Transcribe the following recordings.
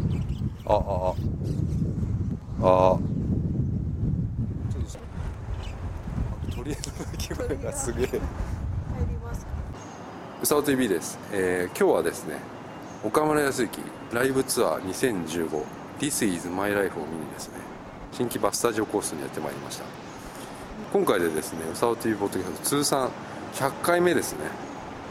ちょっとああああそ鳥の鳴き声がすげえ入りますかうさお TV です、えー今日はですね岡村康之ライブツアー 2015This is my life を見にですね新木場スタジオコースにやってまいりました今回でですねうさお TV ポッドキャスト通算100回目ですね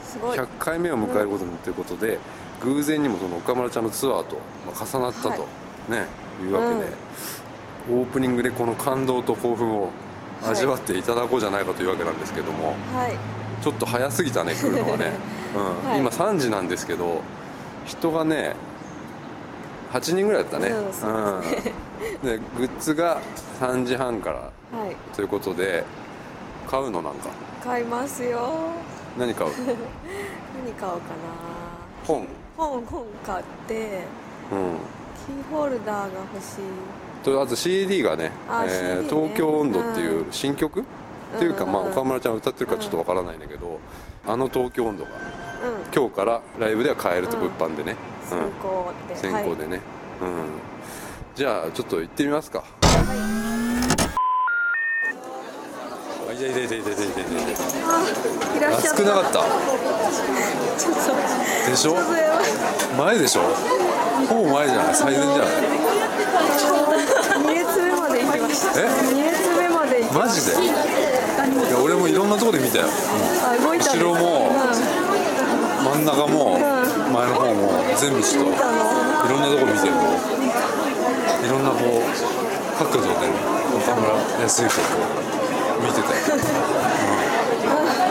すごい100回目を迎えることにということで、偶然にもその岡村ちゃんのツアーと、まあ、重なったと、はいねいうわけで、オープニングでこの感動と興奮を味わっていただこうじゃないかというわけなんですけども、はいちょっと早すぎたね来るのはね、うん はい今3時なんですけど人がね8人ぐらいだったね、うんそううんでグッズが3時半からはいということで買うのなんか買いますよ何買う何買おうかな本本本買ってうんキーホルダーが欲しいとあと CD がねあ CD ね東京温度」っていうう新曲、っていうか、まあ、うんうん岡村ちゃん歌ってるかちょっとわからないんだけど、あの東京温度がうん今日からライブでは買えるとうん物販でね、うん先行で先行でね、うんじゃあちょっと行ってみますかあいやいやいやいやいやいやいやはい、いらっしゃ熱っくたなかったちょっとでしょそれは前でしょほぼ前じゃない最前じゃない2列目まで行きましたえ2列目まで行きマまジしでいや俺もいろんなとこで見たよたあ動いたんです後ろもうん真ん中も前の方も全部ちょっといろんなとこ見てるのいろんなこう角度で岡村康之とこう見てたよ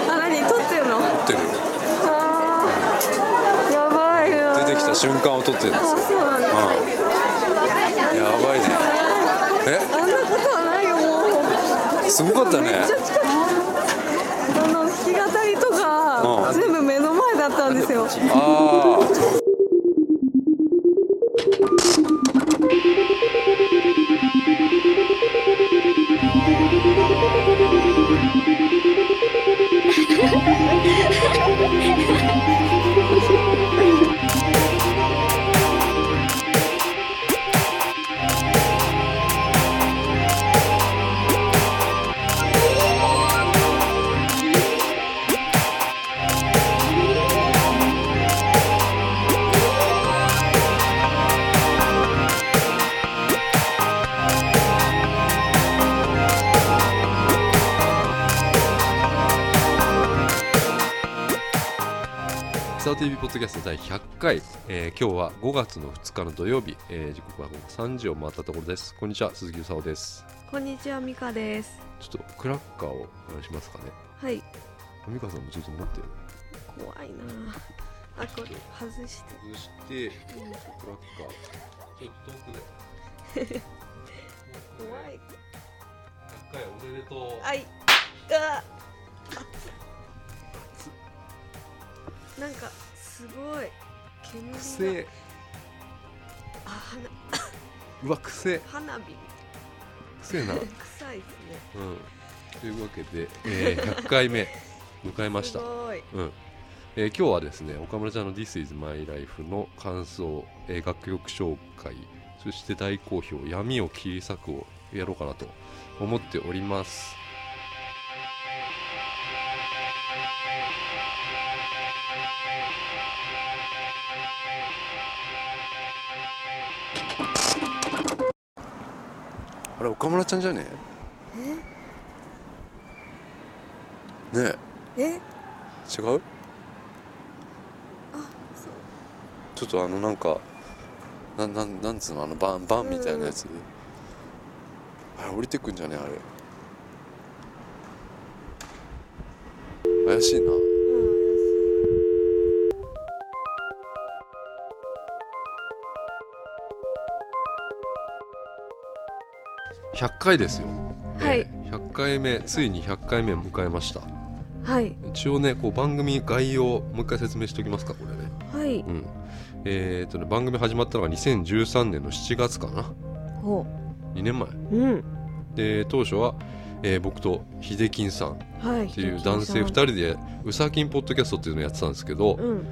あ何撮ってるの撮ってるあーやばいよ出てきた瞬間を撮ってるんですよあそうなんだうんやばいねあんなことはないよもえすごかったうめっねちゃ近くあの弾き語りとか、うん全部目の前だったんですよああスター TV ポッドキャスト第100回、えー今日は5月の2日の土曜日、えー時刻は午後3時を回ったところですこんにちは鈴木うさおですこんにちはミカですちょっとクラッカーをお願いしますかねはい美香さんもちょっと持ってる怖いなあこれ外しそてしてクラッカーちょっと遠くで怖い100回おめでとあいあなんかすごい煙うくがせえあ花うわくせえ花火くせえな臭いですねうん、というわけで、えー100回目迎えましすた、ごいうんえー今日はですね岡村ちゃんの「This is my life」の感想、えー楽曲紹介そして大好評「闇を切り裂く」をやろうかなと思っておりますあれ岡村ちゃんじゃねえねええ違うそうちょっとあのなんかなんなんなんつうのあのバンバンみたいなやつ、あれ降りてくんじゃねあれ怪しいな100回ですよはいえー100回目ついに100回目を迎えましたはい一応ねこう番組概要をもう一回説明しておきますかこれねはいうんえー、っとね番組始まったのが2013年の7月かなほ2年前ううんで当初は、えー僕と秀金さんっはいていう男性2人で「うさきんポッドキャスト」っていうのをやってたんですけど、うん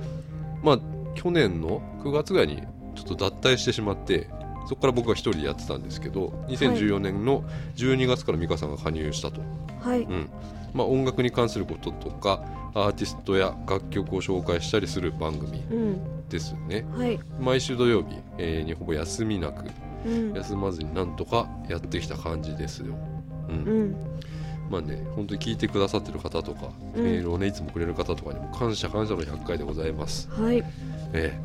まあ去年の9月ぐらいにちょっと脱退してしまってそこから僕が一人でやってたんですけど2014年の12月から美香さんが加入したと、はいうんまあ、音楽に関することとかアーティストや楽曲を紹介したりする番組うんですねはい毎週土曜日、えーにほぼ休みなくうん休まずになんとかやってきた感じですよ、うんうんまあね本当に聞いてくださってる方とか、うんメールをねいつもくれる方とかにも感謝感謝の100回でございます、はいえ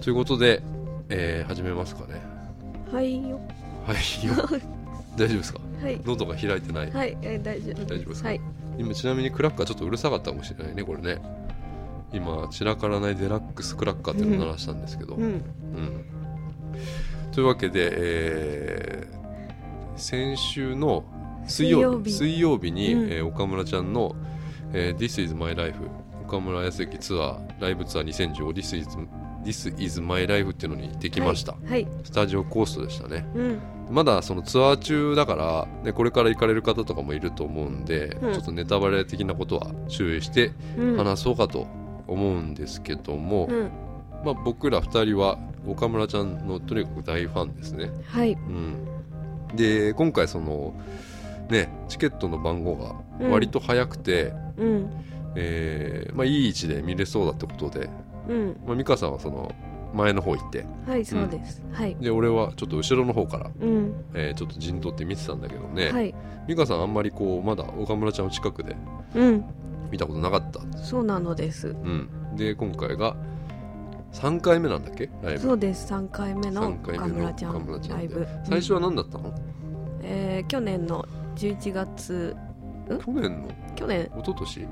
えということで、えー始めますかねはいよはい よ大丈夫ですかはい喉が開いてない、はいえー大丈夫大丈夫ですかはい今ちなみにクラッカーちょっとうるさかったかもしれないねこれね今散らからないデラックスクラッカーっていうのを鳴らしたんですけど、うんうんというわけで、えー先週の水曜日水水曜日に、うんえー岡村ちゃんの「えー This is my life」岡村康之ツアーライブツアー2015 This is, This is my life っていうのに行ってきました、はいはいスタジオコーストでしたねうんまだそのツアー中だから、ね、これから行かれる方とかもいると思うんで、うんちょっとネタバレ的なことは注意してうん話そうかと思うんですけども、うんまあ、僕ら2人は岡村ちゃんのとにかく大ファンですね。はいうん、で今回そのねチケットの番号がうん割と早くて、うんえーまあ、いい位置で見れそうだってことで、うんまあ、美香さんはその前の方行ってはいそうですはいで俺はちょっと後ろの方から、うんえーちょっと陣取って見てたんだけどね、はい美香さんあんまりこうまだ岡村ちゃんの近くでうん見たことなかった、そうなのですうん、で今回が3回目なんだっけライブそうです三回目の3岡回目の村ちゃ岡村んちゃラんイでブ最初は何だったの、うんえー去年の11月ん去年の去年一昨年い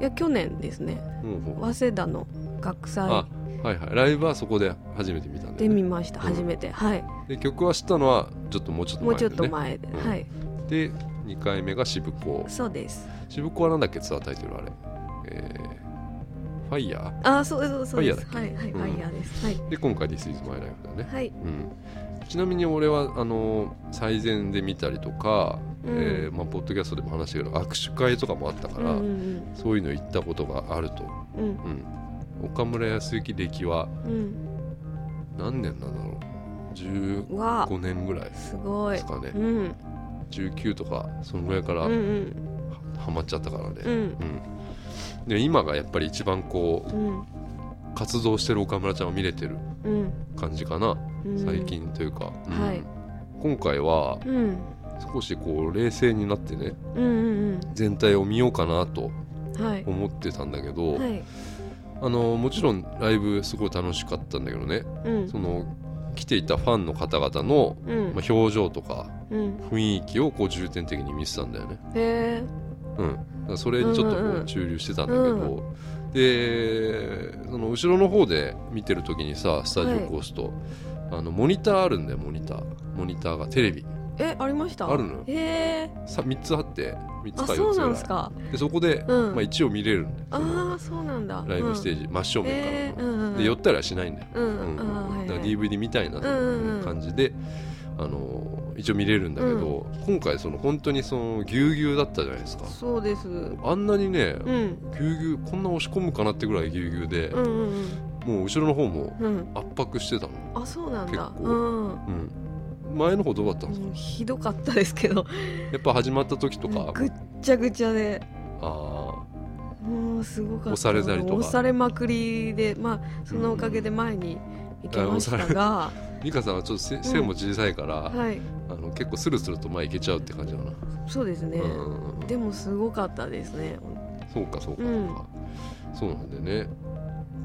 や去年ですねうんうん早稲田の学あ祭はいはいライブはそこで初めて見たんだでよね見ましたうん初めてはいで曲は知ったのはちょっともうちょっともう前ちだよょっねと前でうんはいで2回目が渋子そうです渋子はなんだっけツアータイトルあれえーファイヤあそうそうそうですフはァいはいうんファイヤーですはいーで今回 This is my life だね、はいうんちなみに俺はあの最前で見たりとか、うんえーまあ、ポッドキャストでも話したけど握手会とかもあったかうんら、うんそういうの行ったことがあると、うんうん、岡村康之歴はうん何年なんだろう15うんわあ年ぐらいすごでいすかねうん19とかそのぐらいかうらんうんハマっちゃったからね、うんうんで今がやっぱり一番こうんう活動してる岡村ちゃんを見れてるうん感じかなうん最近というか、うんはい今回はうん少しこう冷静になってねうんうん全体を見ようかなとうんはい思ってたんだけど、はいあのもちろんライブすごい楽しかったんだけどねうんその来ていたファンの方々の、うんまあ、表情とかうん雰囲気をこう重点的に見てたんだよね。へえうん、だからそれにちょっとこうんうんううん駐留してたんだけど、でその後ろの方で見てる時にさスタジオコースト、あのモニターあるんだよモニターモニターがテレビえありましたあるのよへえさ3つあって3つあか4そうつぐならんいですかでそこで、うんまあ、一応見れるんだよそのああそうなんだライブステージージ、真正面からの、えーうんうんうんで寄ったりはしないんだよ、うんううんんあーはいだはからい DVD みたいな感じで、あの一応見れるんだけど、今回その本当にそのぎゅうぎゅうだったじゃないですかそうですうんあんなにね、うんぎゅうぎゅうこんな押し込むかなってぐらいぎゅうぎゅうで、うんうんもう後ろの方もうん圧迫してたの、あそうなんだ結構うんうん、前の方どうだったんですか、もうひどかったですけどやっぱ始まった時とかぐっちゃぐちゃであもうすごかった押されたりとか押されまくりでまあそのおかげで前に行けましたが、ー美香さんはちょっとせん背も小さいから、はいあの結構スルスルと前行けちゃうって感じだな、そうですね、うんうんうんでもすごかったですねそうかそうかそうか、うんそうなんでね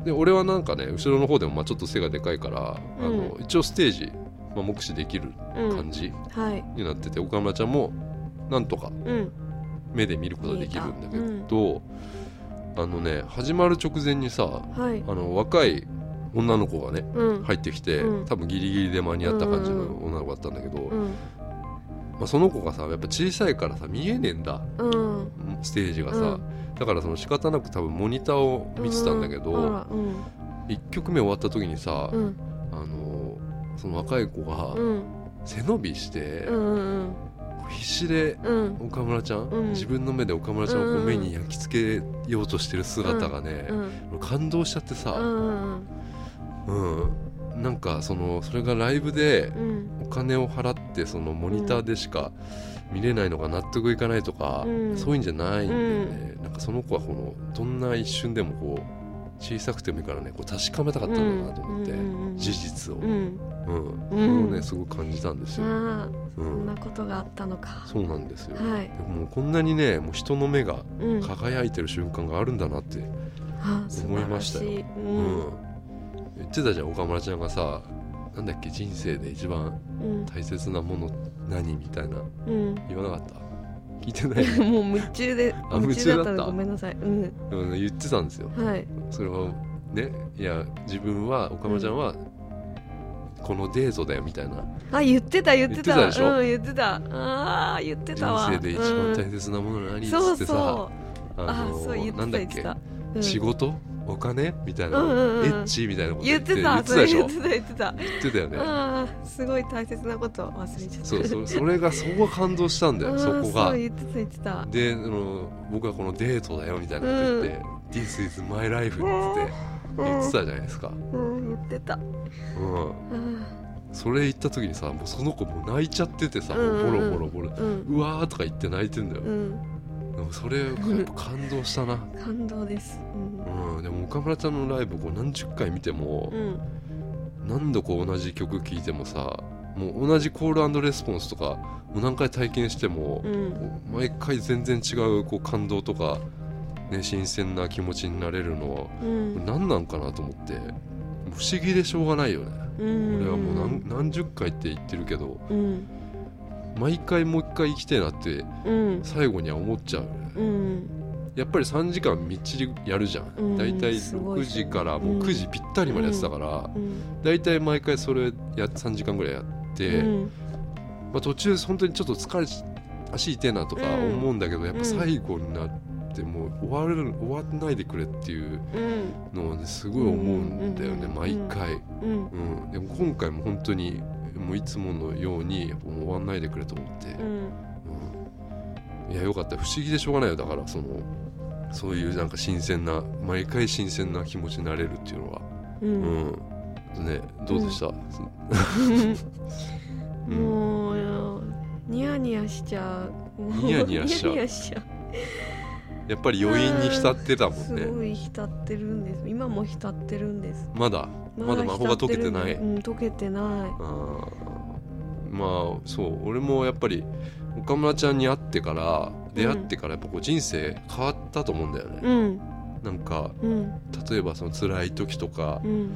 で俺はなんかね後ろの方でもまあちょっと背がでかいから、あのう一応ステージ、まあ、目視できるうん感じはいになってて、岡村ちゃんもなんとかうん目で見ることができるんだけど、あのね始まる直前にさはいあの若い女の子がねうん、入ってきて、うん多分ギリギリで間に合った感じのうんうん女の子だったんだけど、うまんあ、その子がさやっぱ小さいからさ見えねえんだうんステージがさ、うんだからその仕方なく多分モニターを見てたんだけうんど、あらうん一1曲目終わった時にさ、うんあのその若い子がうん背伸びして、うんうん必死でうんうん岡村ちゃん、うん自分の目で岡村ちゃんをこう目に焼き付けようとしてる姿がね、うん俺感動しちゃってうさ、んうんなんかそのそれがライブでうんお金を払ってそのモニターでしか見れないのが納得いかないとか、うんそういうんじゃないんだよね、なんかその子はこのどんな一瞬でもこう小さくてもいいからねこう確かめたかったんだなと思って、うんうんうん事実を、ううんんそれをねすごく感じたんですよ、ああ、うそんんなことがあったのかそうなんですよ、はでいもうこんなにねもう人の目がうん輝いてる瞬間があるんだなって、あ素思い晴まらしたよしいうんうん言ってたじゃん岡村ちゃんがさなんだっけ人生で一番うん大切なもの何みたいなうん言わなかった聞いて ないもう夢中であ夢中だ夢中だったったのごめんなさいうんうん言ってたんですよはいそれはねいや自分は岡村ちゃんは、このデートだよみたいなあ言ってた言ってた言ってたでしょうん言ってたあー言ってたわ人生で一番う大ん切なもの何っそつうってそうさあのそう言ってなたんだっ言ってけたうん仕事お金みたいな、うんうんうんエッチみたいなこと言言っっててたそ言ってたれ言でっしてょた言ってた言ってたよねあーすごい大切なこと忘れちゃったそうそそれがそこが感動したんだあよーそこがそう言ってた言ってたであの僕はこのデートだよみたいなこと言って「This is my life」って言ってたじゃないですか、うん言ってたあうん、ーそれ言った時にさもうその子もう泣いちゃっててさもうんうボうんうロんボロボロ「うんうわ」とか言って泣いてんだよ、うんでもそれやっぱ感動したな、感動ですうんうん、でも岡村ちゃんのライブこう何十回見てもう、ん何度こう同じ曲聴いてもさもう同じコールレスポンスとかもう何回体験しても、うんこう毎回全然違うこう感動とか、ね、新鮮な気持ちになれるのはこうんれ何なんかなと思って不思議でしょうがないよね。うん俺はもう何何十回って言ってるけどうん毎回もう一回生きてえなってうん最後には思っちゃうよねうんやっぱり3時間みっちりやるじゃん、うんだいたいすごい6時からもう9時ぴったりまでやってたから、うんだいたい毎回それや3時間ぐらいやって、うんまあ、途中本当にちょっと疲れち足痛いなとかうん思うんだけど、やっうぱん最後になってもう終わる終わんないでくれっていううんのはねすごい思うんだよね、うん毎回、うんうん、でも今回も本当にもういつものようにやっぱもう終わんないでくれと思って、うんうんいやよかった不思議でしょうがないよだからそのそういうなんか新鮮な毎回新鮮な気持ちになれるっていうのは、ううんんねどうでした、うんもうニヤニヤしちゃうもうニヤニヤしちゃうニヤニヤしちゃやっぱり余韻に浸ってたうもすんねごい浸ってるんです今も浸ってるんですまだまだ魔法が解けてない浸ってるんですうん溶けてないあーまあそう俺もやっぱり岡村ちゃんに会ってから出会ってからやっぱこう人生変わったと思うんだよね、うんなんかうん例えばその辛い時とかう、ん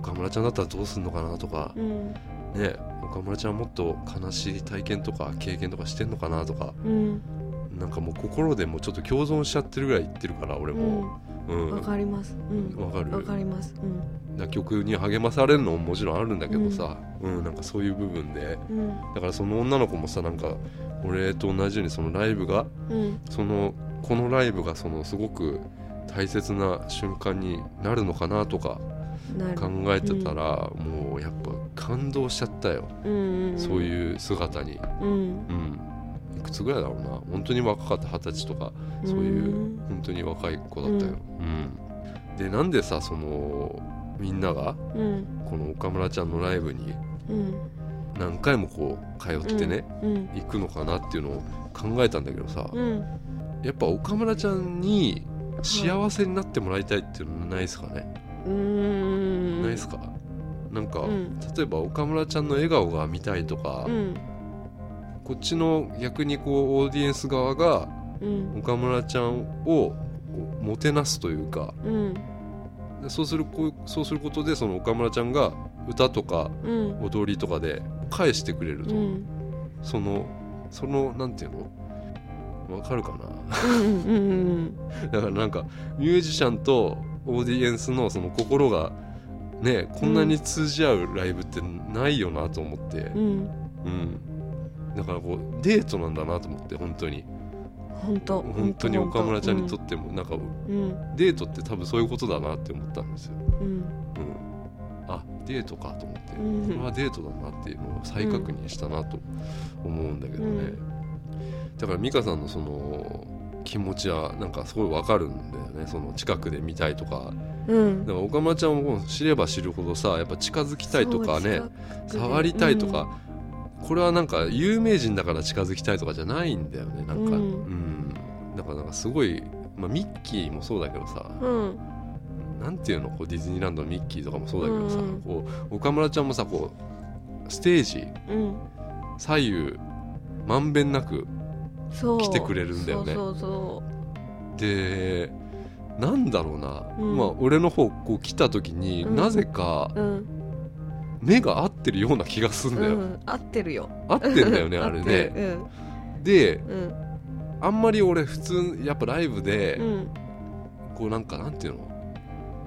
岡村ちゃんだったらどうすんのかなとか、うんね岡村ちゃんもっと悲しい体験とか経験とかしてんのかなとかうんなんかもう心でもうちょっと共存しちゃってるぐらい言ってるから俺うんも、うんわかりますうんわかるわかりますうんだ曲に励まされるのももちろんあるんだけどさ、うんなんかそういう部分でうんだからその女の子もさなんか俺と同じようにそのライブがうんそのこのライブがそのすごく大切な瞬間になるのかなとかなる考えてたら、もうやっぱ感動しちゃったよ、うんんそういう姿に。うんうん、いくつぐらいだろうな本当に若かった二十歳とかそういううん本当に若い子だったよ、うんでなんでさそのみんながうんこの岡村ちゃんのライブにうん何回もこう通ってね、うん行くのかなっていうのを考えたんだけどさ、うんやっぱ岡村ちゃんに幸せになってもらいたいっていうのないですかね、うんないですかなんか、うん例えば岡村ちゃんの笑顔が見たいとか、うんこっちの逆にこうオーディエンス側がうん岡村ちゃんをこうもてなすというかうんでそうするこうそうすることでその岡村ちゃんが歌とかうん踊りとかで返してくれるうと、んそのそのなんていうのわかるかな うんうんうんだからなんかミュージシャンとオーディエンスのその心がねこんなに通じ合うライブってないよなと思ってう、んうんだからこうデートなんだなと思って本当に本当本当に岡村ちゃんにとてってもなんかうんデートって多分そういうことだなって思ったんですよ。うんうん、あデートかと思って、うんこれはデートだなっていうのを再確認したなと思うんだけどね、うんだから美香さんのその気持ちはなんかすごいわかるんだよねその近くで見たいとかうんだから岡村ちゃんも知れば知るほどさやっぱ近づきたいとかねそう近くで触りたいとか、これはなんか有名人だから近づきたいとかじゃないんだよねなんか、ううんんだからなんかすごい、まあ、ミッキーもそうだけどさ、うん、うんなんていうのこうディズニーランドのミッキーとかもそうだけどさ、うんこう岡村ちゃんもさこうステージうん左右まんべんなくそう来てくれるんだよねそうそうでなんだろうな、うんまあ俺の方こう来た時に、うんなぜかそううん、目が合ってるような気がするんだうよ、ん、合ってるよ合ってんだ よね合あってれるねでうんうんあんまり俺普通やっぱライブで、うんこうなんかなんていうの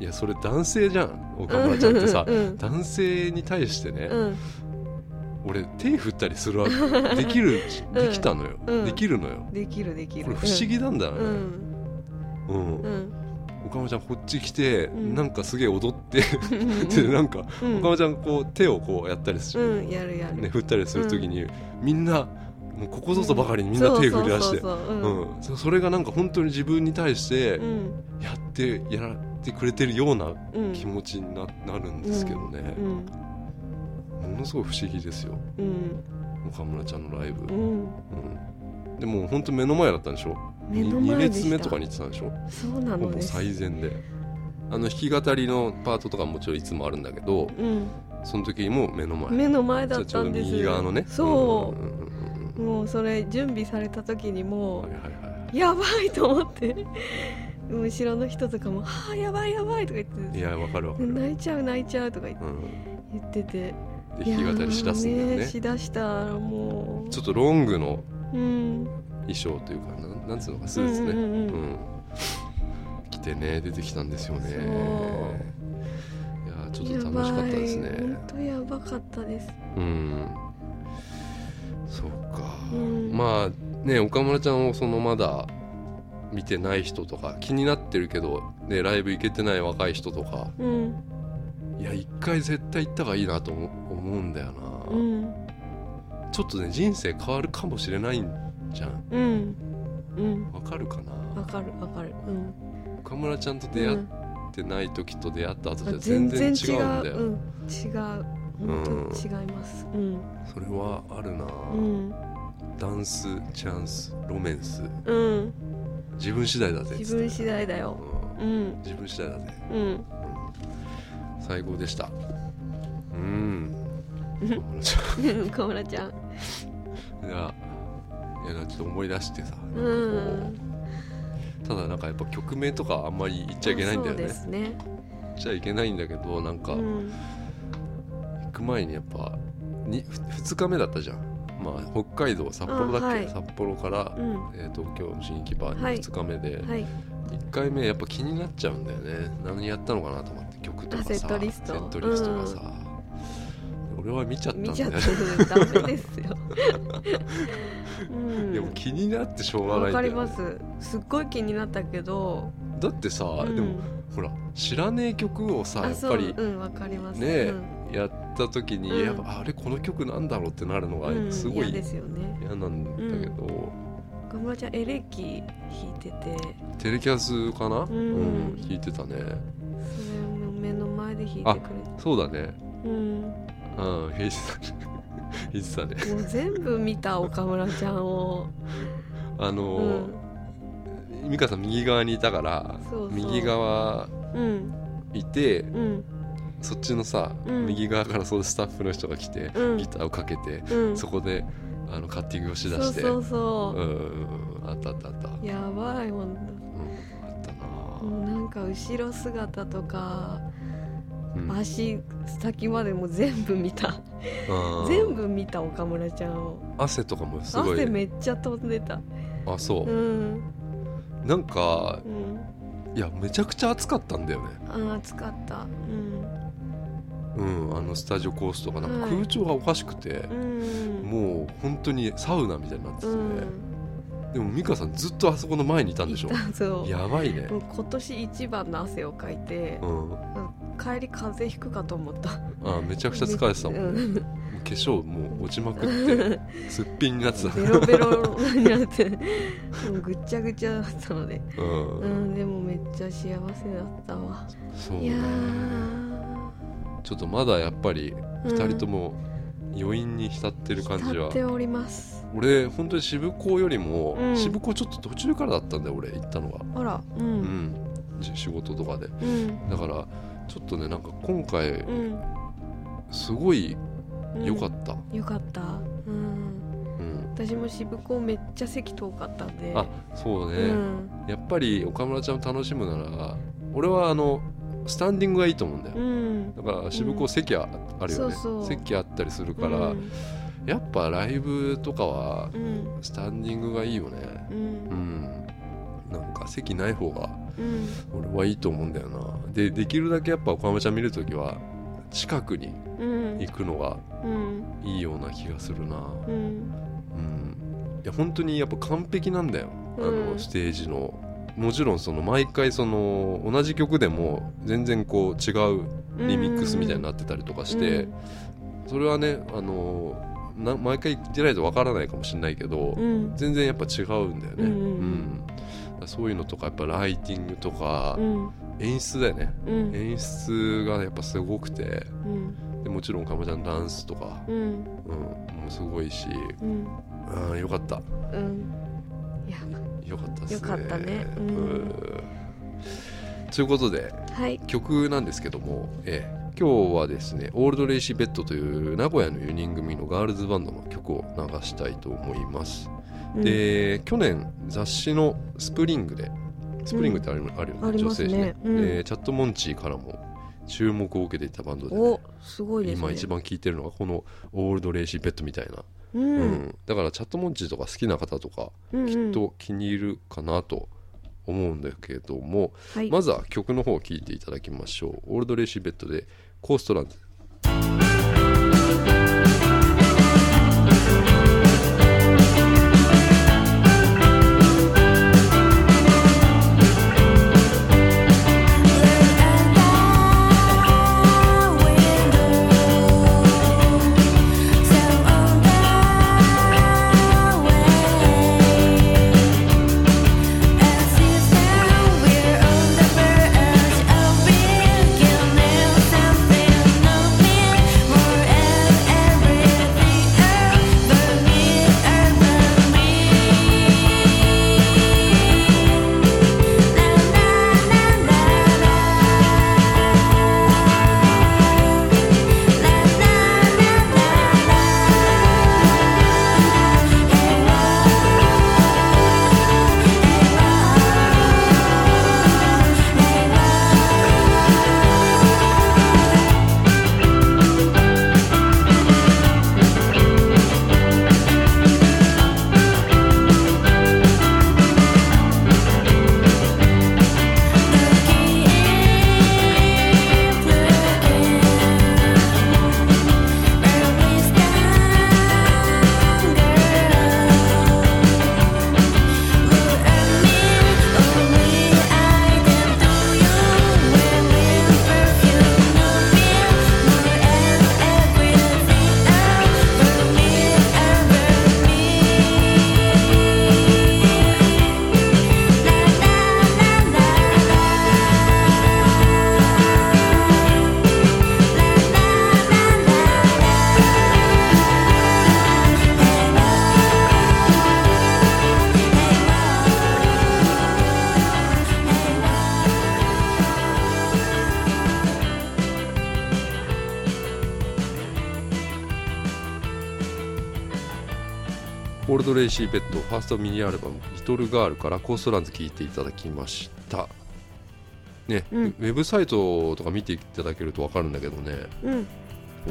いやそれ男性じゃん岡村ちゃんってさうん男性に対してね、うん俺手振ったりするわけできるできたのよ、 うんできるのよできるできるこれ不思議なんだようね、んうんうんうん岡村ちゃんこっち来て、うんなんかすげえ踊ってうんうんでなんかう岡ん村ちゃんこう手をこうやったりする、うんやるやるね、振ったりする時に、みんなもうここぞとばかりにみんな手振り出してそうそうそううそうんそそれがなんか本当に自分に対してうんやってやらってくれてるようなうん気持ちにななるんですけどねう、んものすごい不思議ですようん岡村ちゃんのライブ、うんうんでも本当目の前だったんでしょ目の2前で列した目とかに行ってたんでしょそうなほのぼです最善であの弾き語りのパートとかもちろんいつもあるんだけどうんその時も目の前目の前じだゃっあちょたうどんです右側のねそうんうんうんうもうそれ準備された時にうんもはいはいはうやばいと思ってうん後ろの人とかも「はあやばいやばい」とか言っいいてやわかるわ「かる、泣いちゃう泣いちゃう」とか言ってうん、言っててで弾き語りしだすんだよいやーねしだしたらもうちょっとロングのうん衣装というかなんなんつうのかスーツね、うんうんうんうん着てね出てきたんですよねそいうやーちょっと楽しかったですねやばい本当やばかったですうんそうか、うんまあね岡村ちゃんをそのまだ見てない人とか気になってるけど、ね、ライブ行けてない若い人とかうんいや一回絶対行った方がいいなと思思うんだよな、うんちょっとね人生変わるかもしれないんじゃんうんうんわかるかなわかるわかるうん岡村ちゃんと出会っうんてない時と出会った後じあゃ全然違うんだよ、うん違う本当違いますうんそれはあるな、うんダンスチャンスロメンスうん自分次第だぜ自分次第だうよんうん自分次第だぜうん最高でしたうん 友達は小村ちゃんいやいやなんかちょっと思い出してさなんかこううんただなんかやっぱ曲名とかあんまり言っちゃいけないんだよそうねですね言っちゃいけないんだけどなんかう行んく前にやっぱにふ2日目だったじゃんまあ北海道札幌だっけ、あはい札幌から、うんえー東京の新規バーはにい2日目で、は1い回目やっぱ気になっちゃうんだよね何やったのかなと思って曲とかさあセットリストセットリストがさ、俺は見ちゃったんだ見ちゃよっねてダメです ようんでも気になってしょうがないわんだかよねりますすっごい気になったけどだってさ、うんでもほら知らねえ曲をさやっそうぱりうんわかりますねえやった時に、うんやっぱあれこの曲なんだろうってなるのがうん、すご嫌いですよね嫌なんだけど、岡村ちゃんエレキ弾いててテレキャスかな、うんん弾いてたねそれも目の前で弾いてくあれてそうだねうんもうん弾いてたね 弾いてたねう全部見た岡村ちゃんをあうのんー美香さん右側にいたからそうそう右側うんいてうんそっちのさ、うん右側からそういうスタッフの人が来て、うんギターをかけて、うんそこであのカッティングをしだそうしてそうそううんうんうんあったあったあった、うん、やばいほんあったなともうなんか後ろ姿とかうん足先までもう全部見たあー全部見た岡村ちゃんを汗とかもすごい汗めっちゃ飛んでたあそうう、んなんかうんいやめちゃくちゃ暑かったんだよねあ暑かったうんうんあのスタジオコースとかなんかはい空調がおかしくて、うんもう本当にサウナみたいになってて、うんでも美香さんずっとあそこの前にいたんでしょいたそうやばいねもう今年一番の汗をかいてうん帰り風邪ひくかと思ったあめちゃくちゃ疲れてたもんね、うんもう化粧もう落ちまくってすっぴんになってた、ベロベロにな ってもうぐっちゃぐちゃだったのでう、うんんでもめっちゃ幸せだったわそういやねーちょっとまだやっぱりうん2人とも余韻に浸ってる感じは、立っております俺本当に渋港よりも、うん渋港ちょっと途中からだったんだよ俺行ったのがあらううんん、じ仕事とかでうんだからちょっとねなんか今回うんすごいうん良かった、よかったうんうん私も渋子めっちゃ席遠かったんであそうね、うんやっぱり岡村ちゃんを楽しむなら俺はあのスタンディングがいいと思うんだよ、うんだから渋子席ああるよね、そうそう席あったりするから、うんやっぱライブとかはうんスタンディングがいいよねううんんなんか席ない方がうん俺はいいと思うんだよなでできるだけやっぱ岡村ちゃん見るときは近くにうん行くのがうんいいような気がするなううんんいや本当にやっぱ完璧なんだよ、あうのんステージのもちろんその毎回その同じ曲でも全然こう違うリミックスみたいになってたりとかして、それはねあのな毎回言ってないとわからないかもしれないけど、うん全然やっぱ違うんだよね、うんうんうんそういうのとかやっぱライティングとかう、ん演出だよねうん演出がやっぱすごくてうんでもちろんかまちゃんのダンスとか、うんうん、もうすごいし、うんうん、よかったうんいやよかったですね。よかったねううんんということではい曲なんですけども、ええ今日はですね「オールド・レイシー・ベッド」という名古屋の4人組のガールズバンドの曲を流したいと思います。うんで去年雑誌の「スプリングで」スプリングってある,、あるよあねり女ます性誌ねね、うんええチャット・モンチーからも注目を受けていたバンドでね、おすごいですね今一番聴いてるのがこの「オールド・レイシー・ベッド」みたいな、ううんんだからチャット・モンチーとか好きな方とかうんきっと気に入るかなと思うんだけども、はいまずは曲の方を聴いていただきましょう「オールド・レシーベッド」で「コーストランズ」「オールド・レイシーベッド」ファーストミニアルバム「リトル・ガール」から「コーストランズ」聴いていただきました。ねうんウェブサイトとか見ていただけると分かるんだけどねう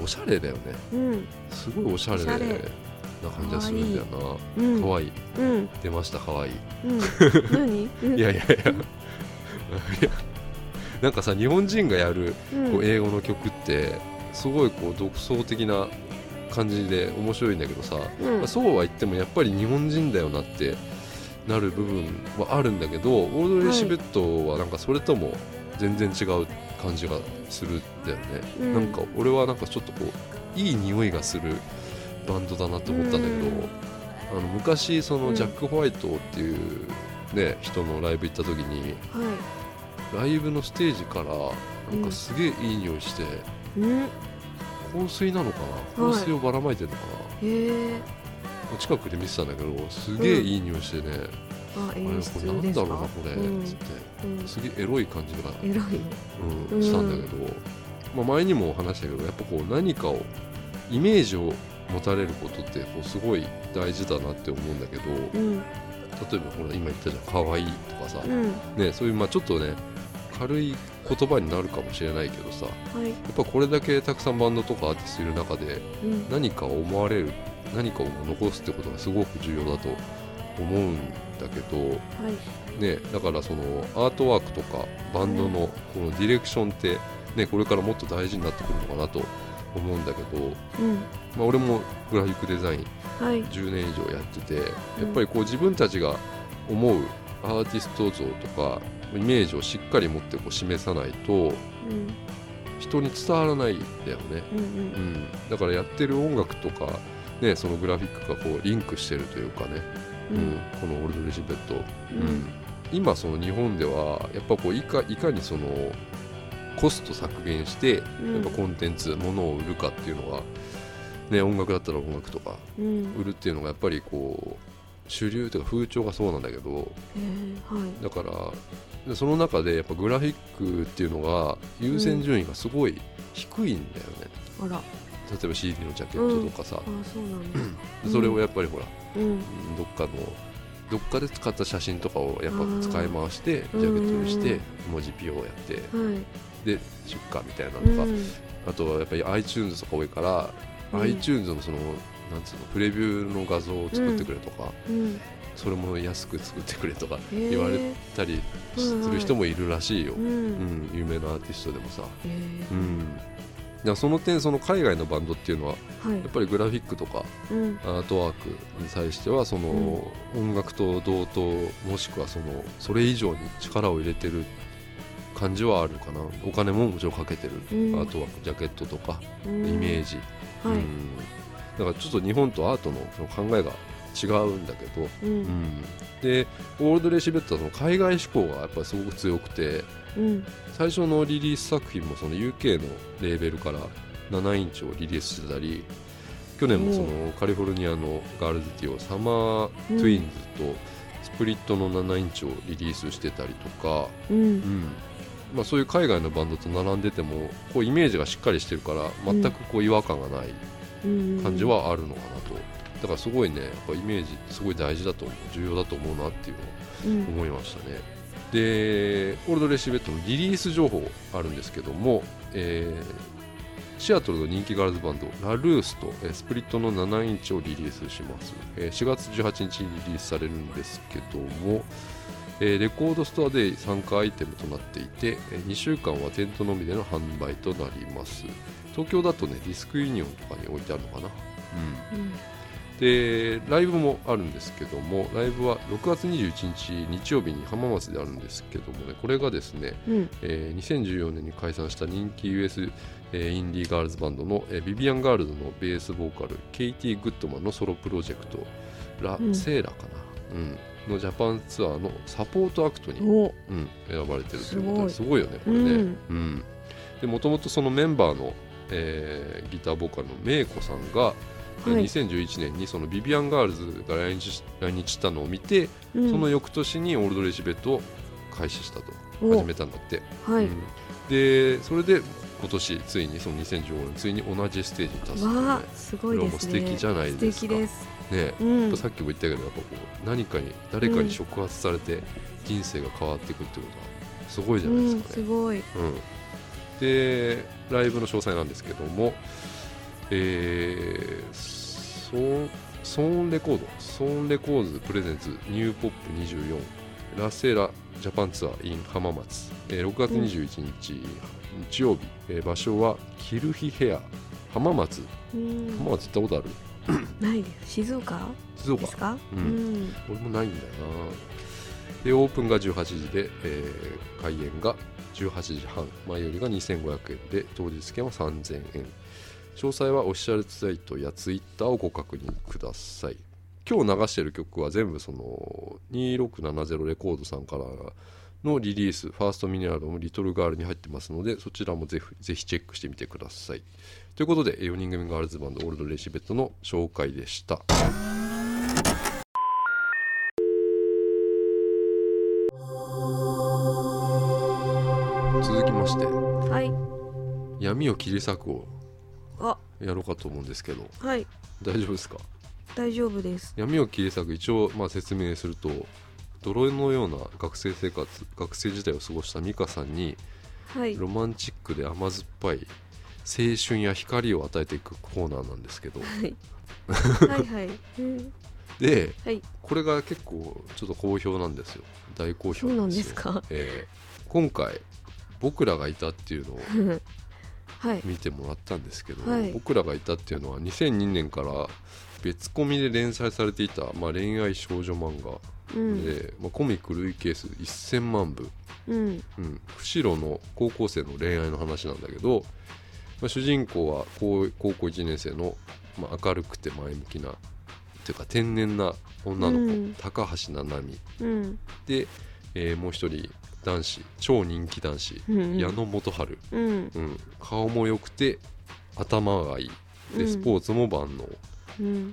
んおしゃれだよねうんすごいおしゃれおしゃれな感じがするんだよなうん可愛いいうん出ました可愛いいうん何うんいやいやいやいやなんかさ日本人がやるうんこう英語の曲ってすごいこう独創的な感じで面白いんだけどさ、うんまあそうは言ってもやっぱり日本人だよなってなる部分はあるんだけどオールドレシベットはなんかそれとも全然違う感じがするんだよね、うんなんか俺はなんかちょっとこういい匂いがするバンドだなと思ったんだけど、うんあの昔そのうんジャック・ホワイトっていう、ね、人のライブ行った時にはライブのステージからなんかすげえいい匂いして、い。うん。香水なのかなはい香水をばらまいてるのかへえ。な、近くで見てたんだけどすげえいい匂いしてね、あ、あれ演これ出なんですだか。ろうなこれ、うんつってうんすげえエロい感じが、エロい。うん、したんだけど、まあ、前にも話したけどやっぱこう何かをイメージを持たれることってこうすごい大事だなって思うんだけどうん。例えばほら今言ったじゃん可愛いとかさ、うん。ね、そういうまあちょっとね軽い言葉になるかもしれないけどさやはい。っぱこれだけたくさんバンドとかアーティストいる中でうん。何かを思われる何かを残すってことがすごく重要だと思うんだけど、はい。ね、だからそのアートワークとかバンドのこのディレクションって、ね、これからもっと大事になってくるのかなと思うんだけど、うん。まあ、俺もグラフィックデザインはい。 10年以上やっててやっぱりこう自分たちが思うアーティスト像とかイメージをしっかり持ってこう示さないとうん。人に伝わらないんだよね、うん。う。うんん、だからやってる音楽とか、ね、そのグラフィックがこうリンクしてるというかね、うんこの「オールド・レジベット」うん今その日本ではやっぱこういかいかにそのコスト削減してうんやっぱコンテンツ、物を売るかっていうのが、ね、音楽だったら音楽とかうん。うん。売るっていうのがやっぱりこう主流というか風潮がそうなんだけどへえ。はい。だからその中でやっぱグラフィックっていうのが優先順位がすごい低いんだよね、あら。あ、例えば CD のジャケットとかさ、そうなんですか。うんそれをやっぱりほらうん。どっかのどっかで使った写真とかをやっぱ使い回してジうんャケットにして文字 PO をやってはい。で出荷みたいなうのとかん。あとはやっぱり iTunes とか多いからうん iTunes のそのなんつうのプレビューの画像を作ってくれとかうん。それも安く作ってくれとかへえ言われたりする人もいるらしいよう、ん。うん、へ有名なアーティストでもさ、えう。ん、だからその点その海外のバンドっていうのははいやっ。ぱりグラフィックとかうん。アートワークに際してはその音楽と同等もしくはそのそれ以上に力を入れてる感じはあるかなお金ももちろんかけてるうんアートワークジャケットとかイイメージ、はうい。んだからちょっと日本とアートのその考えが違うんだけど、うう。んんでオールド・レシベットはその海外志向がやっぱりすごく強くてうん。最初のリリース作品もその UK のレーベルから7インチをリリースしてたり去年もそのカリフォルニアのガールズティーをサマートゥインズとスプリットの7インチをリリースしてたりとか、うんう。んまあ、そういう海外のバンドと並んでてもこうイメージがしっかりしてるから全くこう違和感がないうん感じ。はあるのかなと。だからすごいねやっぱイメージってすごい大事だと思う重要だと思うなっていうのをうん。思いましたね。で、オールドレシベットのリリース情報あるんですけども、えーシアトルの人気ガールズバンド、ラルースと、えースプリットの7インチをリリースします。えー4月18日にリリースされるんですけども、えーレコードストアで参加アイテムとなっていて、え2週間はテントのみでの販売となります。東京だとね、ディスクユニオンとかに置いてあるのかな。うんうん。でライブもあるんですけどもライブは6月21日日曜日に浜松であるんですけどもねこれがですね、うん。えー2014年に解散した人気 US、えーインディーガールズバンドの、えービビアン・ガールズのベースボーカルケイティ・グッドマンのソロプロジェクトラ・うんセーラかな、うんのジャパンツアーのサポートアクトに、お。うん、選ばれてるということですすごいよねこれね。うんうんでもともとそのメンバーの、えーギターボーカルのメイコさんがはい。 2011年にそのビビアン・ガールズが来日し来日したのを見て、そその翌年にオールド・レジベットを開始したとお始めたんだって、。はいうんでそれで今年ついにその2015年ついに同じステージに立つというねわあ、すごいですこれはね。もう素敵じゃないですか素敵です。ねやっうんぱ。さっきも言ったけどやっぱこう何かに誰かに触発されて人生が変わっていくってことはすごいじゃないですかね、うん、すごい。うん、でライブの詳細なんですけども、えーソーンソーンレコードソーンレコーズプレゼンツニューポップ24ラセラジャパンツアー in 浜松、えー6月21日、日曜日、えー場所はキルヒヘア浜松うん浜松行ったことあるないです。静岡静岡ですか？ううんん。俺もないんだよなでオープンが18時で、えー開演が18時半前よりが2500円で当日券は3000円詳細はオフィシャルサイトやツイッターをご確認ください今日流してる曲は全部その2670レコードさんからのリリースファーストミニアルバム「リトルガール」に入ってますのでそちらもぜひぜひチェックしてみてくださいということで4人組ガールズバンドオールドレシベットの紹介でした続きましてはい闇を切り裂くをあやろうかと思うんですけどはい大丈夫ですか大丈夫です闇を切り裂く一応まあ説明すると泥のような学生生活学生時代を過ごした美香さんにはいロマンチックで甘酸っぱい青春や光を与えていくコーナーなんですけど はいはいはい、うんではいこれが結構ちょっと好評なんですよ大好評そうななんんですでよすかえー今回僕らがいたっていうのをはい見てもらったんですけど、はい僕らがいたっていうのは2002年から別コミで連載されていた、まあ、恋愛少女漫画うんで、まあ、コミック累計数1000万部、うんうん、釧路の高校生の恋愛の話なんだけど、まあ、主人公は高高校1年生の、まあ、明るくて前向きなというか天然な女の子、うん高橋ななみうんで、えーもう一人男子超人気男子、うん矢野元春、うんうん、顔も良くて頭がいいでスポーツも万能、うん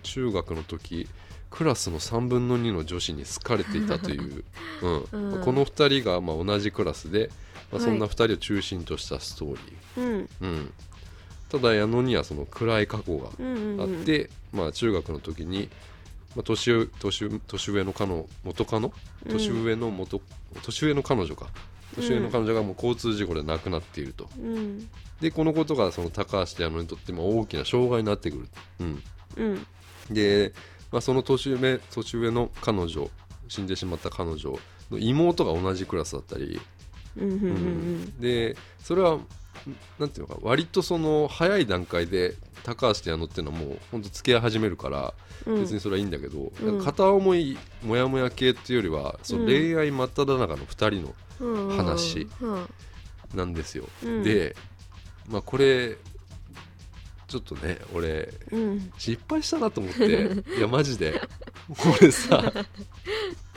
中学の時クラスの3分の2の女子に好かれていたと いう、うんうんこの2人がまあ同じクラスで、まあ、はいそんな2人を中心としたストーリうんー、うん、ただ矢野にはその暗い過去がうんうんあって、まあ、中学の時に、まあ、年上年年上の彼の元カノうん年上の元、年上の彼女か年上の彼女がもう交通事故で亡くなっていると、うんでこのことがその高橋と矢野にとってまあ大きな障害になってくる、うん、うんで、まあ、その年上年上の彼女死んでしまった彼女の妹が同じクラスだったり、うんうんううんんでそれはんなんていうのか割とその早い段階で高橋と矢野っていうのはもう本当付き合い始めるからうん別にそれはいいんだけど、うん片思いモヤモヤ系っていうよりはそのうん恋愛真っ只中の2人のうん話うんなんですよ。うんで、まあ、これちょっとね俺うん失敗したなと思っていやマジで俺さ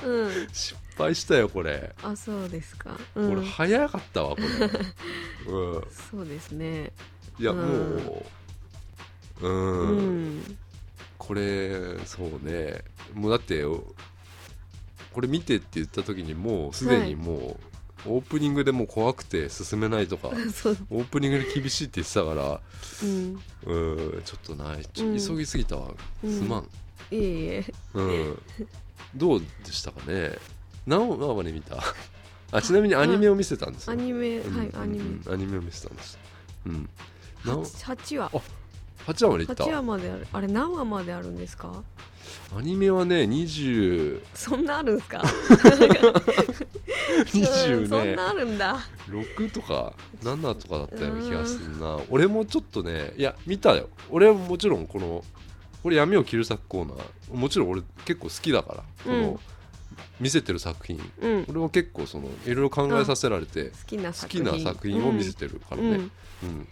うん失敗したよこれ、あそうですかこうれん早かったわこれうんそうですねいやうんもううんう、んこれそうねもうだっておこれ見てって言った時にもうすではにいもう、オープニングでもう怖くて進めないと かそうオープニングで厳しいって言ってたからうんうんちょっとないちょうん急ぎすぎたわ、うんすまんいえいえうんどうでしたかね何話まで見たあちなみにアニメを見せたんですアよニメはいうんアニメうんアニメを見せたんですうんな八八話あ8話までいった八話まであるあれ何話まであるんですかアニメはね2020そんなあるんですかうんそんねなあるんだ6とか7とかだったような気がするなう俺もちょっとねいや見たよ俺はもちろんこのこれ闇を切る作コーナーもちろん俺結構好きだからこの、うん見せてる作品うん好俺も結構そのいろいろ考えさせられてきな好作き品な作品を見せてるからね、うんううんん、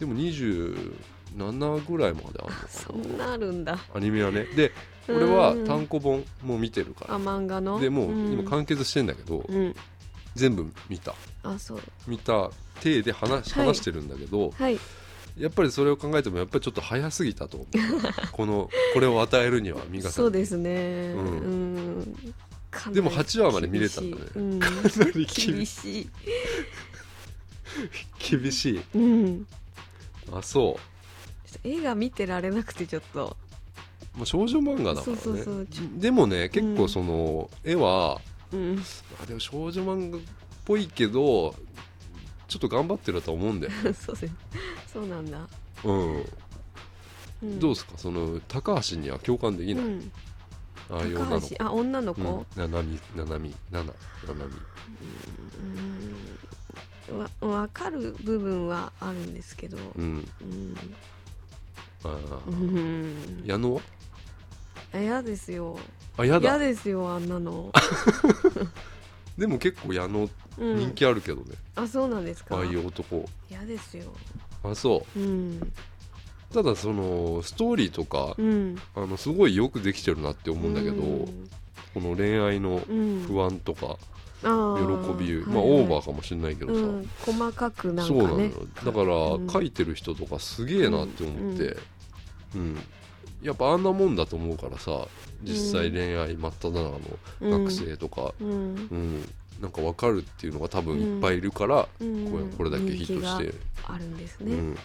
でも27ぐらいまであるそのかんななあるんだアニメはねでうん俺は単行本も見てるあか漫画らのでもんう今完結してんだけど、うん全部見たあそう見た体で話はい話してるんだけど、はいやっぱりそれを考えてもやっぱりちょっと早すぎた と思うこのこれを与えるには美香さんそうですねううんんかなりでも八話まで見れたんだね厳しいかなりうん 厳厳ししいい厳しいうんあそ映画見てられなくてちょっとう、まあ、少女漫画だからねそうそうそうちょでもね結構その、絵はうん あでも少女漫画っぽいけどちょっと頑張ってると思うんだよ、そうですそうなんだ、うんうん、どうすですかその高橋には共感できうない、ん、ああいう女の高子橋あ女のう子、んななみななみななななみうんわ分かる部分はあるんですけど、うんうんあーうん、矢野はあ嫌ですよあやだ嫌ですよあん なの、でも結構矢野うん、人気あるけどね、あそうなんですかああいう男嫌ですよ、あそうん、うただそのストーリーとかうんあのすごいよくできてるなって思うんだけど、この恋愛のうん不安とかあ喜ーび、はいまあはいオーバーかもしれないけどさ、うん、細かくなんそかうなのねよだからん書いてる人とかすげえなって思ってうん、やっぱあんなもんだと思うからさ実際恋愛真っ只中の学生とか、うんうんなんか分かるっていうのが多分いっぱいいるから、うんこれこれだけヒットし人て、気があるんですうんね、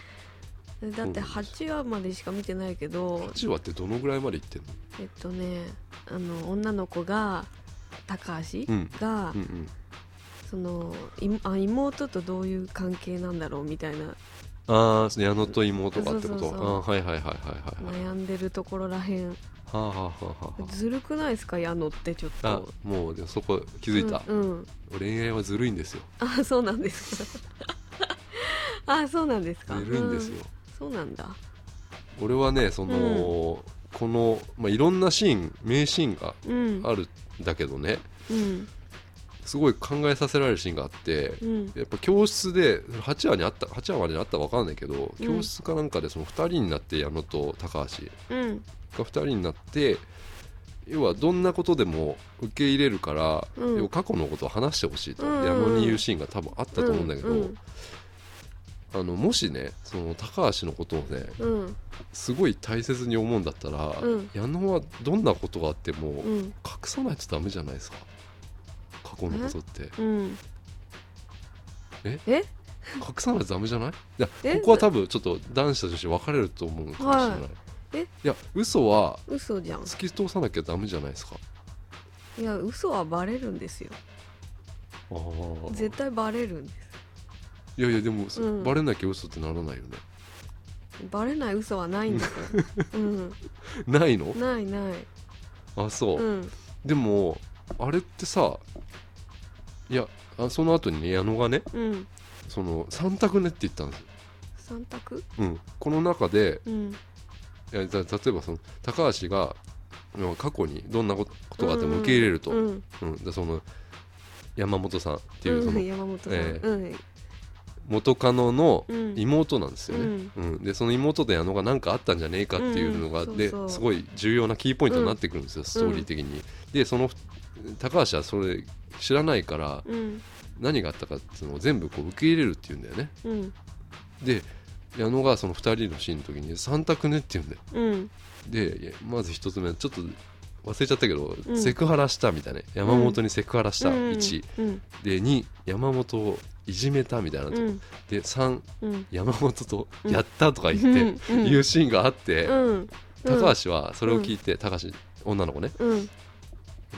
だってそうです8話までしか見てないけど8話ってどのぐらいまでいってんのえっとねあの女の子が高橋うんが、うんうんそのいあ妹とどういう関係なんだろうみたいなああ矢野と妹かってことそうそうそうあーはいはいはいはいはいはい悩んでるところらへんはあはあはあはずるくないですか矢野ってちょっああともうでそこ気づいた、うん、うん恋愛はずるいんですよあそうなんですか あそうなんですかずるいんですよ、うそうなんだ俺はねその、この、まあ、いろんなシーン名シーンがうんあるんだけどねうんすごい考えさせられるシーンがあってうんやっぱ教室で8話にあった8話までにあったか分かんないけどうん教室かなんかでその2人になって矢野と高橋うんが2人になって要はどんなことでも受け入れるから、うん要は過去のことを話してほしいと、うんうんうん矢野に言うシーンが多分あったと思うんだけど、うんあのもしねその高橋のことをねうんすごい大切に思うんだったら、うん矢野はどんなことがあってもう隠んさないとダメじゃないですか過去のことってうん隠さないとダメじゃないいやえここは多分ちょっと男子と女子分かれると思うかもしれない、はいい、えや嘘は嘘じゃん突き通さなきゃダメじゃないですかいや嘘はバレるんですよあー絶対バレるんですいやいやでも、そうんバレなきゃ嘘ってならないよねバレない嘘はないんですよ、うん、ないのないないあそう、うんでもあれってさいやあその後にね矢野がねうんその3択ねって言ったんですよ、三択うん、この中でうんいやた例えばその高橋がまあ過去にどんなことことがあっても受け入れると、ううんんでその山本さんっていうそうんの山本さん、ええうん元カノのうん妹なんですよね、うんうん、でその妹と矢野が何かあったんじゃねえかっていうのが、うんでそうそうすごい重要なキーポイントになってくるんですよ、ストーリー的に。でその高橋はそれ知らないからうん何があったかっていうのを全部こう受け入れるっていうんだよね。うんで矢野がその2人のシーンの時に「三択ね」って言うんだよ。うんでいやまず1つ目ちょっと忘れちゃったけど、うんセクハラしたみたいな山本にセクハラした、うん1うんで2山本をいじめたみたいなとこ、うんで3うん山本と「やった」とか言って。うんうんいうシーンがあって、うん高橋はそれを聞いて、高橋女の子ねうん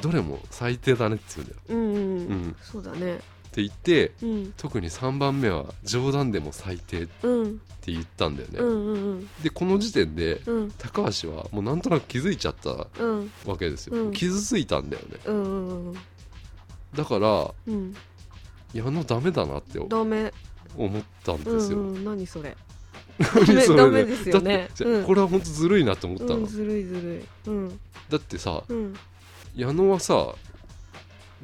どれも最低だねって言うんだよ、うんうんううんん、っそうだねて言ってうん特に3番目は冗談でも最低ってうん言ったんだよね、うんうんでこの時点でうん高橋はもうなんとなく気づいちゃったわうんけですよ、うん傷ついたんだよねうんうんうんだからうん矢野ダメだなってダメ思ったんうんですよ、うん何それ何ダメ それダメですよねだってじゃうんこれは本当ずるいなって思ったの、うんずるいずるいうんだってさうん矢野はさ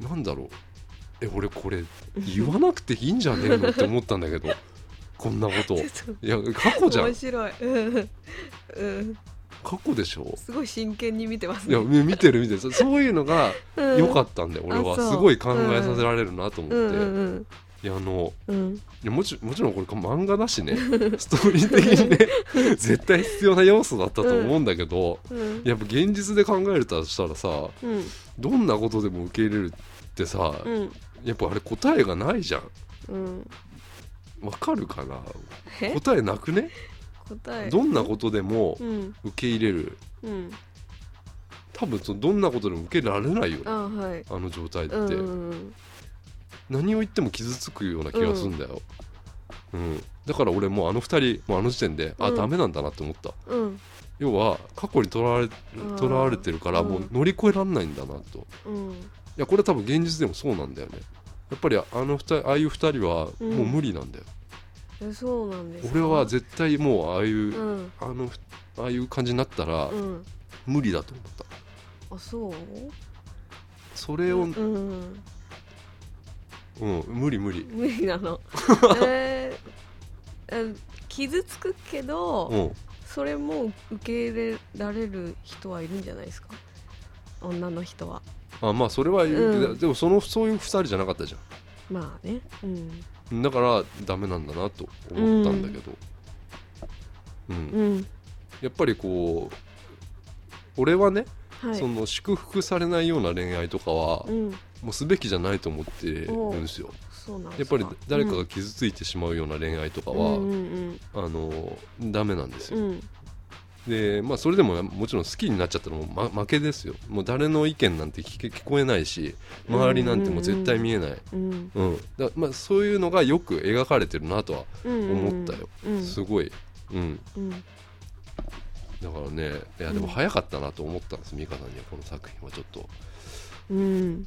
なんだろうえ俺これ言わなくていいんじゃねえのって思ったんだけど こんなことい ちょっや過去とじゃん面白いうんうん過去でしょすごい真剣に見てますいやねみ見てる見てるそそういうのが良かっったんだよ、俺はあそうすごい考えさせられるなと思って、うんういんやあのうんうんいやもちもちろんこれ漫画だしねストーリー的にね 絶対必要な要素だったと思うんだけど、うんやっぱ現実で考えるとしたらさうんどんなことでも受け入れるってさ、うんやっぱあれ答えがないじゃんうんわかるかなえ答えなくね答えどんなことでもうん受け入れるうん多分そのどんなことでも受けられないよあはいあの状態って、うんうんうん何を言っても傷つくような気がするんだよ、うんだから俺もうあの二人もうあの時点で、あうんダメなんだなって思ったうん要は過去にとらわれとらわれてるからうんもう乗り越えられないんだなとうんいやこれ多分現実でもそうなんだよねやっぱりあの二人ああいう二人はもう無理なんだよ、えそうなんですか俺は絶対もうああいう、うんあのああいう感じになったらうん無理だと思ったあそうそれを、うんうんうん、無理無理。無理なのえーえ傷つくけどうん、それも受け入れられる人はいるんじゃないですか女の人はあまあそれは言うけど、うんでもそのそういう2人じゃなかったじまあねうんゃんだからダメなんだなと思ったんだけど、うんうんやっぱりこう俺はね、はいその祝福されないような恋愛とかは、うんもうすべきじゃないと思ってるんですよそうなんやでっすぱかり誰かが傷ついてしまうような恋愛とかは、うんうんあのダメなんですうんよ、うんでまあそれでももちろん好きになっちゃったらもう、ま、負けですよもう誰の意見なんて聞け聞こえないし周りなんてもう絶対見えない、うんうんだまあ、そういうのがよく描かれてるなとはうん思ったようんすごい、うん、うんだからねいやでも早かったなと思ったんです美香さんにはこの作品はちょっと、うん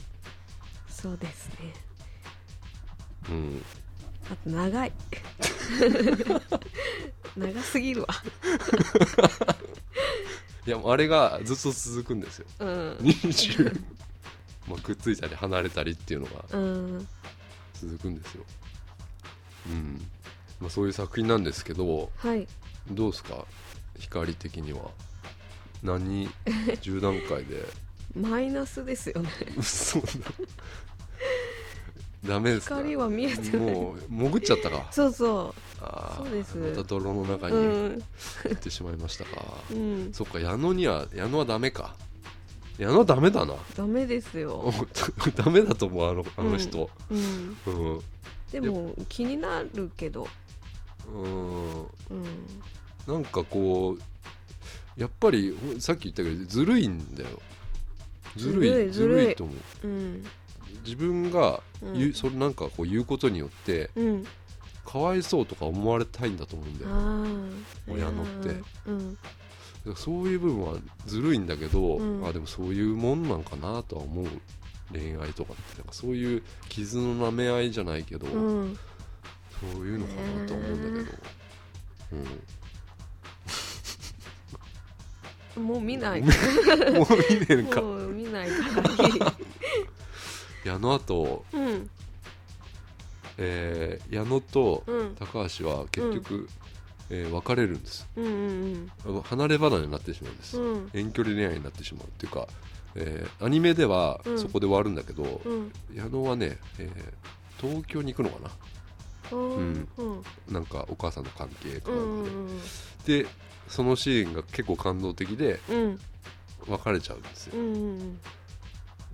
そうですねうん、あと長い 長すぎるわいやもうあれがずっと続くんですようん 20まあくっついたり離れたりっていうのがうん続くんですよ、うんまあ、そういう作品なんですけどはいどうですか光的には何10段階で マイナスですよね嘘だダメですか光は見えてないもう潜っちゃったかそうそあーそうですまた泥の中う、に行うんってしまいましたか、うんそっか矢野には矢野はダメか矢野ダメだ なダメですよ、ダメだと思うあのあの人うん、うん、でも気になるけどうん、うんなんかこうやっぱりほさっき言ったけどずるいんだよずるいずずるるいいずるいと思ううん自分が言う、うんそれなんかこう言うことによってうんかわいそうとか思われたいんだと思うんだよだかああ親のってうんらそういう部分はずるいんだけど、うんあでもそういうもんなんかなとは思う恋愛とかってなんかそういう傷のなめ合いじゃないけど、うんそういうのかなとは思うんだけど、もう見ないうん、もう見ねえんか もう見ないからいいいやあのあと、うんえー矢野とうん高橋は結局、えー別れるんですうんうんあの離れ離れになってしまうんです、うん遠距離恋愛になってしまうっていうか、えーアニメではうんそこで終わるんだけど、うん矢野はね、えー東京に行くのかうんうんうんななんかお母さんの関係かうなんんかで、でそのシーンが結構感動的でうん別れちゃうんですうよん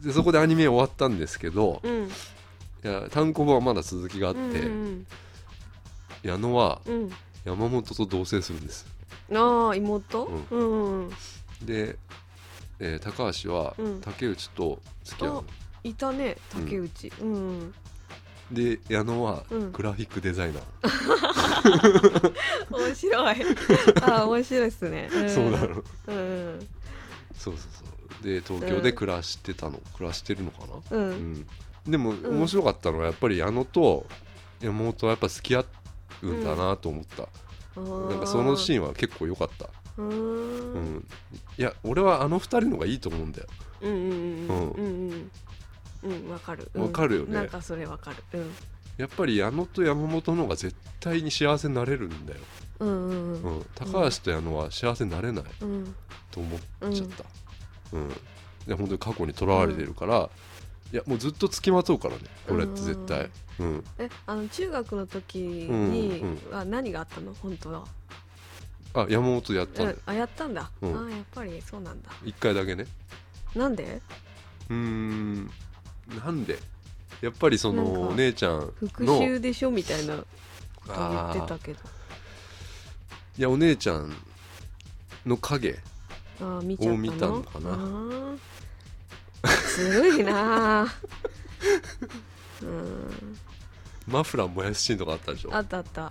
でそこでアニメ終わったんですけど、うんいや単行本はまだ続きがあって、うん矢野はうん山本と同棲するんですああ妹ううんうんで、えー高橋はうん竹内と付き合うの、いたね竹内うんで矢野はうんグラフィックデザイナー、面白いああ面白いですねんそうだろうんそうそうそうで東京で暮らしてたの、暮らしてるのかなううんん、でも面白かったのはやっぱり矢野と山本はやっぱ付き合うんだなと思った、なんかそのシーンーンは結構良かった、うーうんん、いや俺はあの二人のがいいと思うんだようんうんうんううんうんうんわかるうんわかるよねなんかそれわかるうんやっぱり矢野と山本の方が絶対に幸せになれるんだよ、うんうんうん、高橋と矢野は幸せになれないうんと思っちゃった、うんで本当に過去にとらわれてるから、いやもうずっとつきまとうからねこれって絶対、うん、えあの中学の時うにんは何があったの本当はあ山本やったんだうんあやったんだあうんーやっぱりそうなんだ一回だけねなんでうーんなんでやっぱりそなんかのお姉ちゃん復の讐でしょみたいなこと言ってたけどいやお姉ちゃんの影あー見ちゃったのを見たのかなあーずるいなあうんマフラー燃やすシーンとかあったでしょあったあ った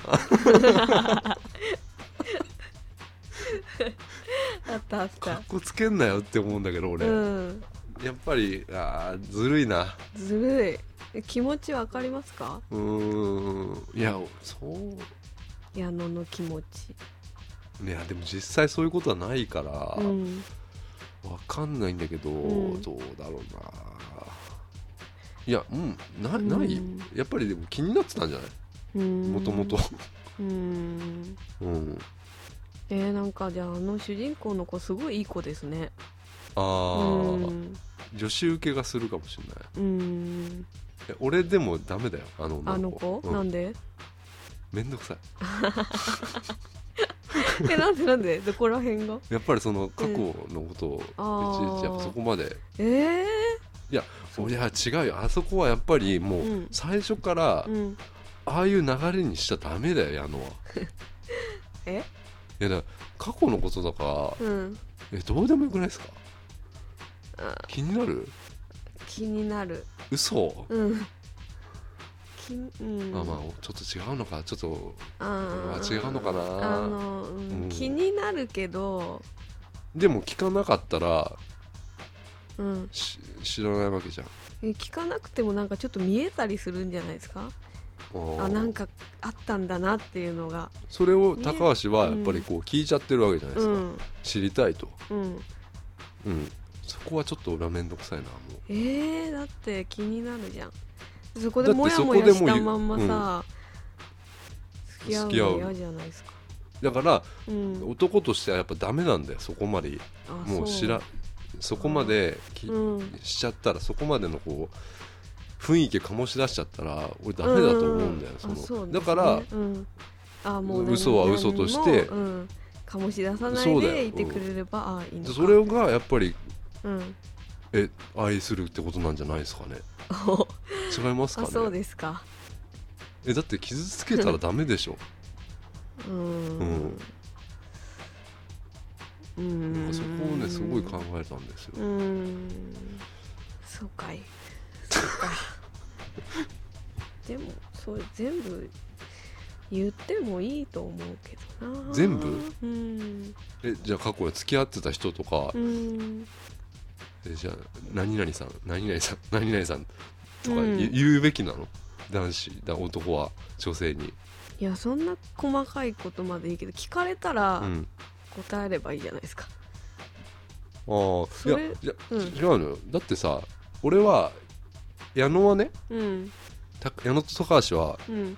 あったあっかったこつけんなよって思うんだけど俺、うんやっぱりあーずるいなずるいえ気持ちわかりますかうーんいやそう矢野の気持ちいやでも実際そういうことはないから、うんわかんないんだけど、うんどうだろうな。いや、うん、なないよ、うんやっぱりでも 気になってたんじゃないもともと。うんうん。えー、なんかじゃああの主人公の子すごいいい子ですねあうーん女子受けがするかもしれないうんえ俺でもダメだよあの女あのの子子、うんなんで めんどくさいえなんでなんでどこら辺がやっぱりその過去のことをいあちーいちやっぱそこまでええいや違うよあそこはやっぱりもううん最初からー、うんああいう流れにしちゃダメだよ矢野は えいやだから過去のことだからうんえどうでもよくないですかあ気になる気になる嘘、うん気にうんまあまあちょっと違うのかちょっとあー違うのかなあの、うんうん気になるけど、でも聞かなかったらうん、し知らないわけじゃんえ聞かなくてもなんかちょっと見えたりするんじゃないですかーあなんかあったんだなっていうのがそれを高橋はやっぱりこう聞いちゃってるわけじゃないでうすか、ん知りたいと、うんうん、そこはちょっと裏面倒くさいなもうえー、だって気になるじゃんそこだでってもやもやしたまんまさ、うん付き合うの嫌じゃないですかだからうん男としてはやっぱダメなんだよそこまであもうそ知らそこまでき、うんしちゃったらそこまでのこう雰囲気醸し出しちゃったら俺ダメだと思うんだよ、んそのあうですねだから、うん、あもう何嘘は嘘として何もうん、醸し出さなそういだよでいてくれれば、あいいのかそれがやっぱりうん、え愛するってことなんじゃないですかね違いますかあそうねですかえだって傷つけたらダメでしょううんんうんなんかそこをねすごい考えたんですよう、んそうかいそうかでもそれ全部言ってもいいと思うけどな全部うんえじゃあ過去に付き合ってた人とか、うんえじゃあ何々さん何々さん 何々さんとかうん言う言うべきなの、男子だ男は女性に、いやそんな細かいことまでいいけど聞かれたらうん、答えればいいじゃないですか、ああいそやれいや、うん違うのよだってさ俺は矢野はねうんた矢野と高橋はうん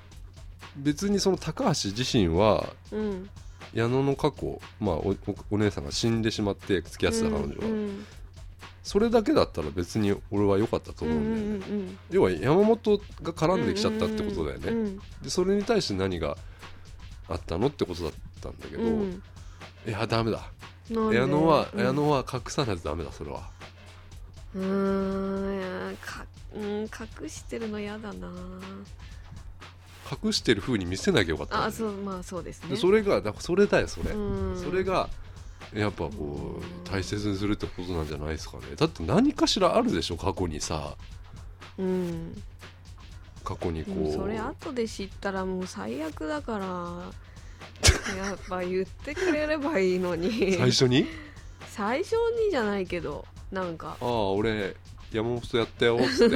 別にその高橋自身はうん矢野の過去、まあ、おおお姉さんが死んでしまって付き合ってた彼女は、うんそれだけだったら別に俺は良かったとうん思ううんんだよね、うん要は山本がう絡んんできちゃったってことだよね、うんでそれに対して何があったのってことだったんだけど、うんいやダメだなんで矢野は、うん矢野は隠さないとダメだそれはうーんいやかうん隠してるの嫌だな隠してる風に見せなきゃよかったんだよあそうまあそうですでねそれがだそれだよそれ、うんそれがやっぱこうんう大切にするってことなんじゃないですかねだって何かしらあるでしょ過去にさうん過去にこでう、もそれ後で知ったらもう最悪だから やっぱ言ってくれればいいのに最初に最初にじゃないけどなんか「ああ俺山本やったよ」っつ っ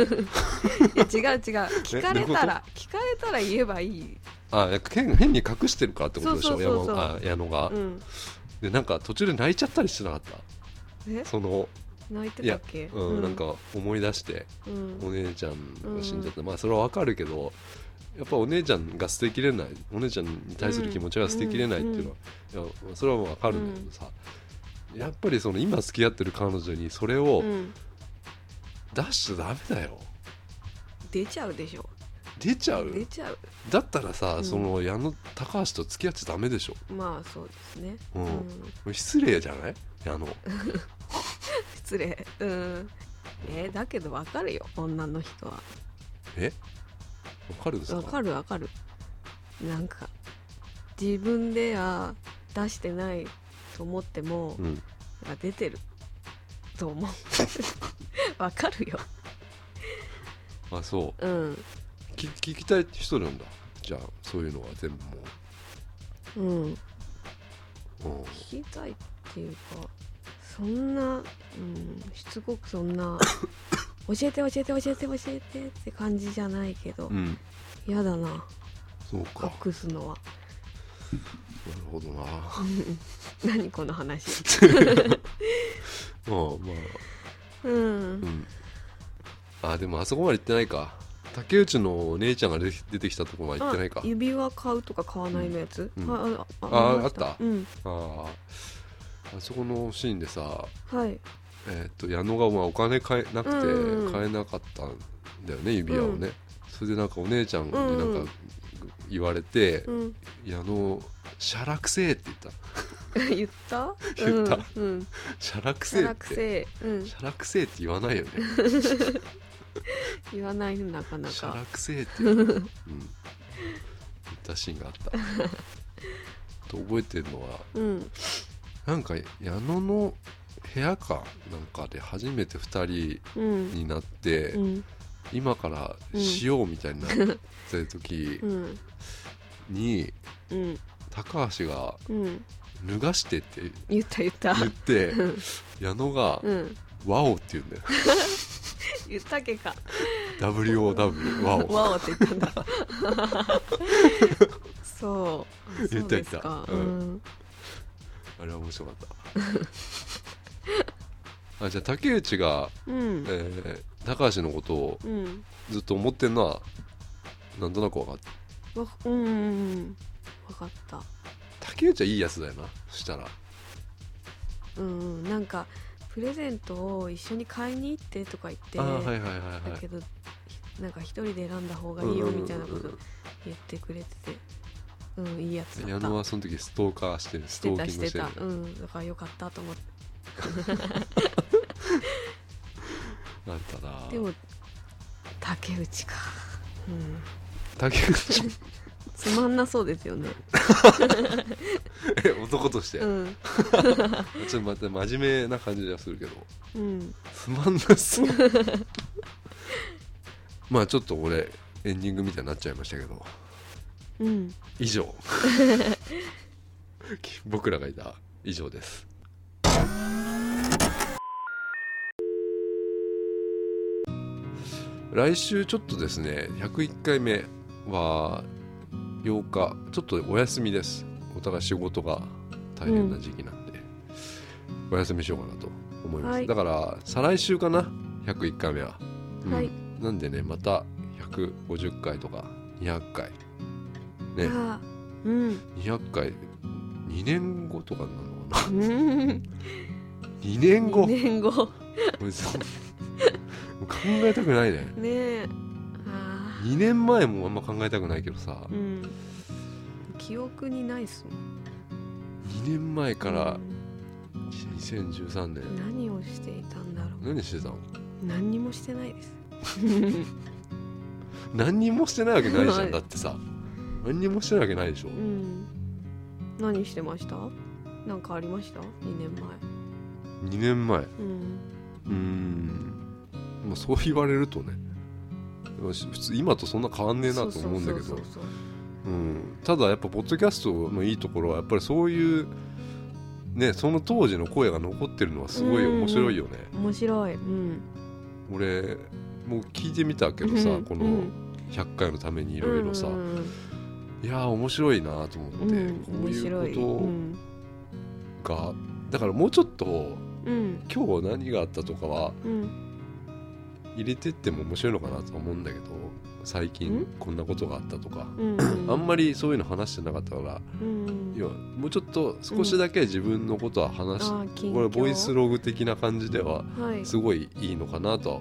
ていや違 う違う聞かれたどういうら聞かれたら言えばいい、ああ変変に隠してるからってことでしょそうそうそうそう山本あ矢野が、うん、でなんか途中で泣いちゃったりしてなかったえその、泣いてたっけうんなん、か思い出してうんお姉ちゃんが死んじゃった、まあそれはわかるけどやっぱお姉ちゃんが捨てきれないお姉ちゃんに対する気持ちが捨てきれないっていうのは、いやそれはわかるんだけどさ、やっぱりその今付き合ってる彼女にそれをうん出しちゃダメだよ出ちゃうでしょ出ちゃう出ちゃうだったらさ、うんその矢野高橋と付き合っちゃダメでしょまあそうですね、うん失礼じゃない矢野失礼うんえーだけどわかるよ女の人はえわかるんですかわかるわかるなんか自分では出してないと思っても、うん、なんか出てると思 うわかるよあそううんき聞きたい人なんだじゃあそういうのは全部もうんう、うん、聞きたいっていうかそんな、うん、しつこくそ んな教えて教えて教えて教えてって感じじゃないけどうん、嫌、だなそうか。なる隠す のはほどな。まあ何この話まあ、うんうん。あ、でもあそこまで行ってないか。竹内のお姉ちゃんが出て出てきたとこまで行ってないかあ指輪買うとか買わないのやつ、うんはいああありましあったうんあああそこのシーンでさ、はいえー、と矢野がまあお金買えなくうんうてん買えなかったんだよね指輪をね、それでなんかお姉ちゃんになうんうんんか言われて、うん矢野シャラくせえって言った 言った言ったうん、うん、シャラくシせャえっラくてせえ、うんシ、ャラくせえって言わないよね言わないのなかなシャかラくせえって、 うん、言ったシーンがあったあと覚えてるのはうんなんか矢野の部屋かなんかで初めて2うん人になって、うん今からしようみたいになってる時うんに、うん高橋がうん「脱がして」って言った言った言ってうん矢野がうん「ワオ」って言うんだよ言ったっけか「WOW ワオわおって言 ったんだそう言った言そうでったすかううんん」あれは面白かったあじゃあ竹内が、うんえー高橋のことをうんずっと思ってんのはなんとなく分かったわうんうんうん分かった竹内はいいやつだよなそしたらうんなんかプレゼントを一緒に買いに行ってとか言ってああはいはいはいはいだけどひなんか一人で選んだ方がいいよみたいなこうんうんうとん言ってくれててうんいいやつだ矢っ野はたその時ストーカーしてるしストてーたキンしグてしてるたうんだからよかったと思ってあったなでも竹内か、うん、竹内つまんなそうですよねえ男として、うちんょっと待って真面目な感じがするけどうんつまんなそう まあちょっと俺エンディングみたいになっちゃいましたけどうん以上 僕らがいた以上です来週ちょっとですね101回目は8日ちょっとお休みですお互い仕事が大変な時期なんで、お休みしようかなと思います、はいだから再来週かな101回目は、うんはいなんでねまた150回とか200回ねあーうん200回2年後とかになるのかな うん2年後2年後これさ もう考えたくないねねえあ2年前もあんま考えたくないけどさーうん記憶にないっすもん2年前からうん2013年何をしていたんだろう何してたの何にもしてないです何にもしてないわけないじゃはんいだってさ何にもしてないわけないでしょうん何してましたなんかありました2年前2年前うーうんんまあそう言われるとねでもし普通今とそんな変わんねえなと思うんだけどそうそうそうそううん、ただやっぱポッドキャストのいいところはやっぱりそういう、ね、その当時の声が残ってるのはすごい面白いよね。面白いうん俺もう聞いてみたけどさ、うんこうのん100回のためにいろいろさ、うんうんうんいやー面白いなと思って、うんこう面白いいううんことが、だからもうちょっとうん今日何があったとかはうん入れてっても面白いのかなと思うんだけど最うん近こんなことがあったとか、うんあんまりそういうの話してなかったからうん要はもうちょっと少しだけ自分のことは話し、あー近況これボイスログ的な感じでははいすごいいいのかなとは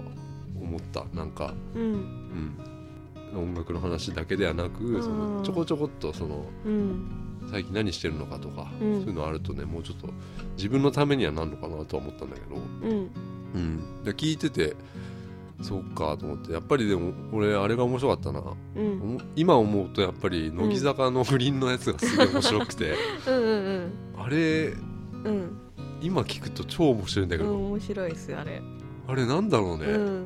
思ったなんか、うんうん、音楽の話だけではなうくんそのちょこちょこっとそのうん最近何してるのかとか、うんそういうのあるとねもうちょっと自分のためにはなるのかなとは思ったんだけど、うんうん、で聞いててそうかと思ってやっぱりでも俺あれが面白かったなうんおも今思うとやっぱり乃木坂の不倫のやつがすごい面白く て、うんあれうんうん今聞くと超面白いんだうけど、ん面白いっすあれあれなんだろうね、うん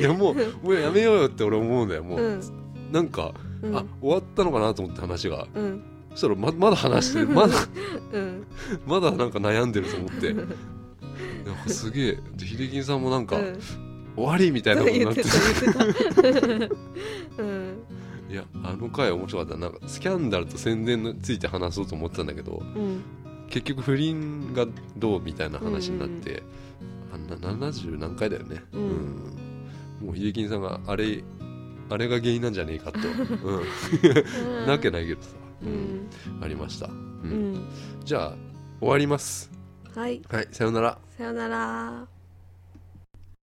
いやもうもうやめようよって俺思うんだよもう、うんなんか、うんあ終わったのかなと思って話がうんそしたらままだ話 してるまだうんまだなんか悩んでると思っ てなんかすげえで秀樹さんもなんか、うん終わりみたいなことに言なっっててるた言 ってたうんいやあの回面白かったなんかスキャンダルと宣伝について話そうと思ってたんだけどうん結局不倫がどうみたいな話になって、あんな70何回だよね、うんもう秀樹さんがあれあれが原因なんじゃねえ かと、ううんん、なわけないけどさ、ううんん、ありました、ううんん、じゃあ終わりますはいはいさようならさよなら